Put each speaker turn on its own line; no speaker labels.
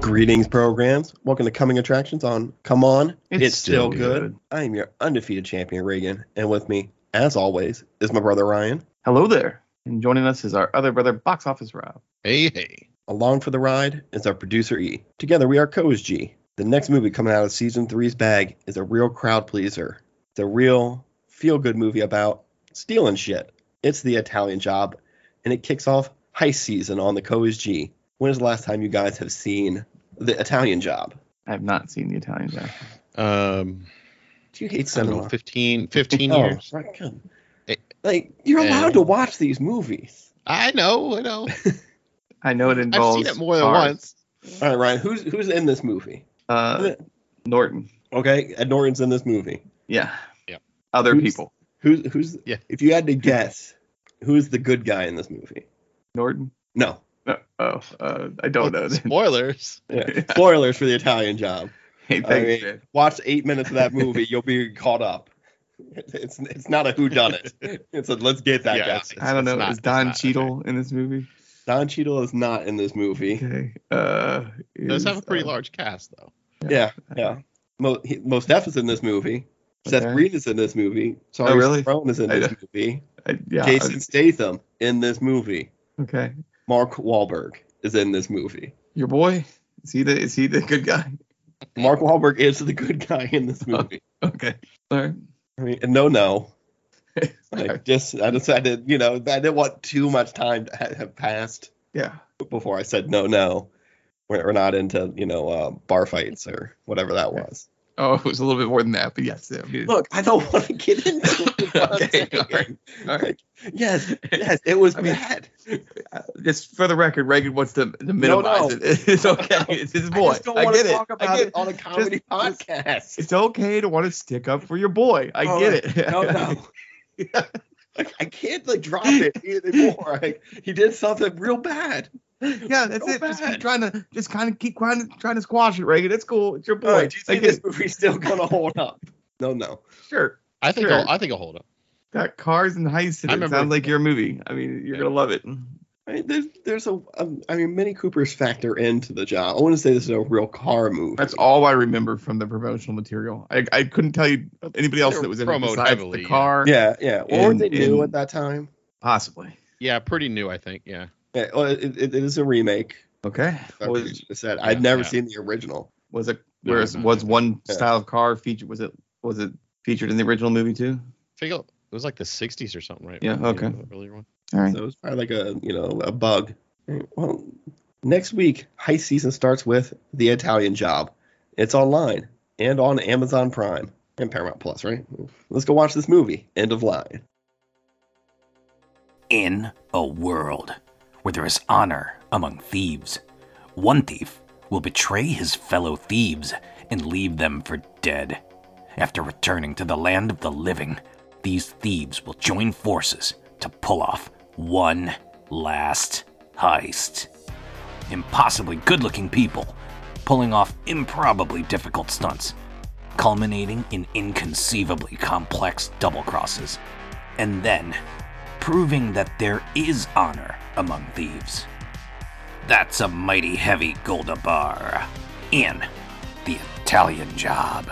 Greetings, programs. Welcome to Coming Attractions on Come On,
It's
It's, Still
Still
good.
Good.
I am your undefeated champion, Reagan, and with me, as always, is my brother Ryan.
Hello there. And joining us is our other brother, Box Office Rob.
Hey, hey.
Along for the ride is our producer E. Together we are Co's G. The next movie coming out of season three's bag is a real crowd pleaser. It's a real feel good movie about stealing shit. It's the Italian job, and it kicks off heist season on the Co's G. When is the last time you guys have seen the Italian job?
I have not seen the Italian guy.
Um,
Do you hate
I don't
cinema?
know, 15, 15
Oh,
years. Eh,
right, good.
It-
like you're
and-
allowed to watch these movies.
I know, I know.
I know it
I've
involves.
seen it more than
cars.
once.
Mm-hmm.
All right, Ryan, who's who's in this movie?
Uh, Norton.
Okay, Ed Norton's in this movie.
Yeah.
Yeah.
Other
Who's-
people.
Who's who's?
Yeah.
If you had to guess, who's the good guy in this movie?
Norton?
No.
No, oh, uh, I don't know.
Spoilers.
Yeah. Spoilers for the Italian job.
hey, thanks,
I mean,
man.
watch eight minutes of that movie, you'll be caught up. It's it's not a who done it. It's a let's get that
Yeah.
guy.
I don't
it's
know.
not-
is
it's
Don
not,
Cheadle in this movie?
Don Cheadle is not in this movie.
Okay. Uh,
Those
is,
have a pretty
uh,
large cast, though.
Yeah, yeah. Mo, he, Mos Def is in this movie. Seth
Okay.
Green is in this movie. Sorry,
Oh, really?
Stallone is in
I
this
don't-
movie.
I, yeah.
Jason Statham in this movie.
Okay.
Mark Wahlberg is in this movie.
Your boy? Is he the is he the good guy?
Mark Wahlberg is the good guy in this
Oh.
movie.
Okay. All right.
I mean, and no, no.
Sorry.
Like, just I decided, you know, I didn't want too much time to ha- have passed
Yeah.
before I said no, no. We're, we're not into, you know, uh, bar fights or whatever that was.
Oh, it was a little bit more than that, but yes. it is.
Look, I don't want to get into it. is what I'm
Okay,
saying.
all right, all right.
Yes, yes, it was
I mean,
bad.
Uh, just for the record, Reagan wants to, to minimize
no.
it. It's okay. It's his boy.
I
I,
just don't want
get
to
it.
talk
I
about
get
it
it.
on a comedy
just-
podcast.
It's okay to want to stick up for your boy. I
Oh,
get it.
no, no. Like, I can't like drop it anymore. Like, he did something real bad.
yeah, that's
So
it. Just
bad.
keep trying to just kind of keep trying to trying to squash it, Reagan. It's cool. It's your boy.
All right, do you
I
think
get
this
it.
movie's still gonna hold up? No, no.
Sure.
I think
Sure.
I'll, I think I'll hold up.
Got cars and heists. in
I
It
remember-
sounds like your movie. I mean, you're
Yeah.
gonna love it.
I mean, there's there's a um, I mean, Mini Coopers factor into the job. I want to say this is a real car movie.
That's all I remember from the promotional material. I, I couldn't tell you anybody else
They
that was in it
promoted
besides
heavily,
the
yeah.
car.
Yeah, yeah. Or
And-
they knew
and-
at that time.
Possibly.
Yeah, pretty new, I think. Yeah.
Yeah, well, it, it, it is a remake.
Okay.
like
Was-
you just said
yeah,
I'd never
yeah.
seen the original.
was it
No,
whereas
no,
was
no.
one
Yeah.
style of car featured was it was it featured in the original movie too
Figure it was like the 60s or something, right?
Yeah,
You know,
okay.
the earlier one.
all right
So it's probably like a you know a bug. Well, next week high season starts with The Italian Job. It's online and on Amazon Prime and Paramount Plus, right? Let's go watch this movie. End of line.
In a world where there is honor among thieves, one thief will betray his fellow thieves and leave them for dead. After returning to the land of the living, these thieves will join forces to pull off one last heist. Impossibly good looking people, pulling off improbably difficult stunts, culminating in inconceivably complex double crosses, and then proving that there is honor among thieves. That's a mighty heavy Golda bar in the Italian job.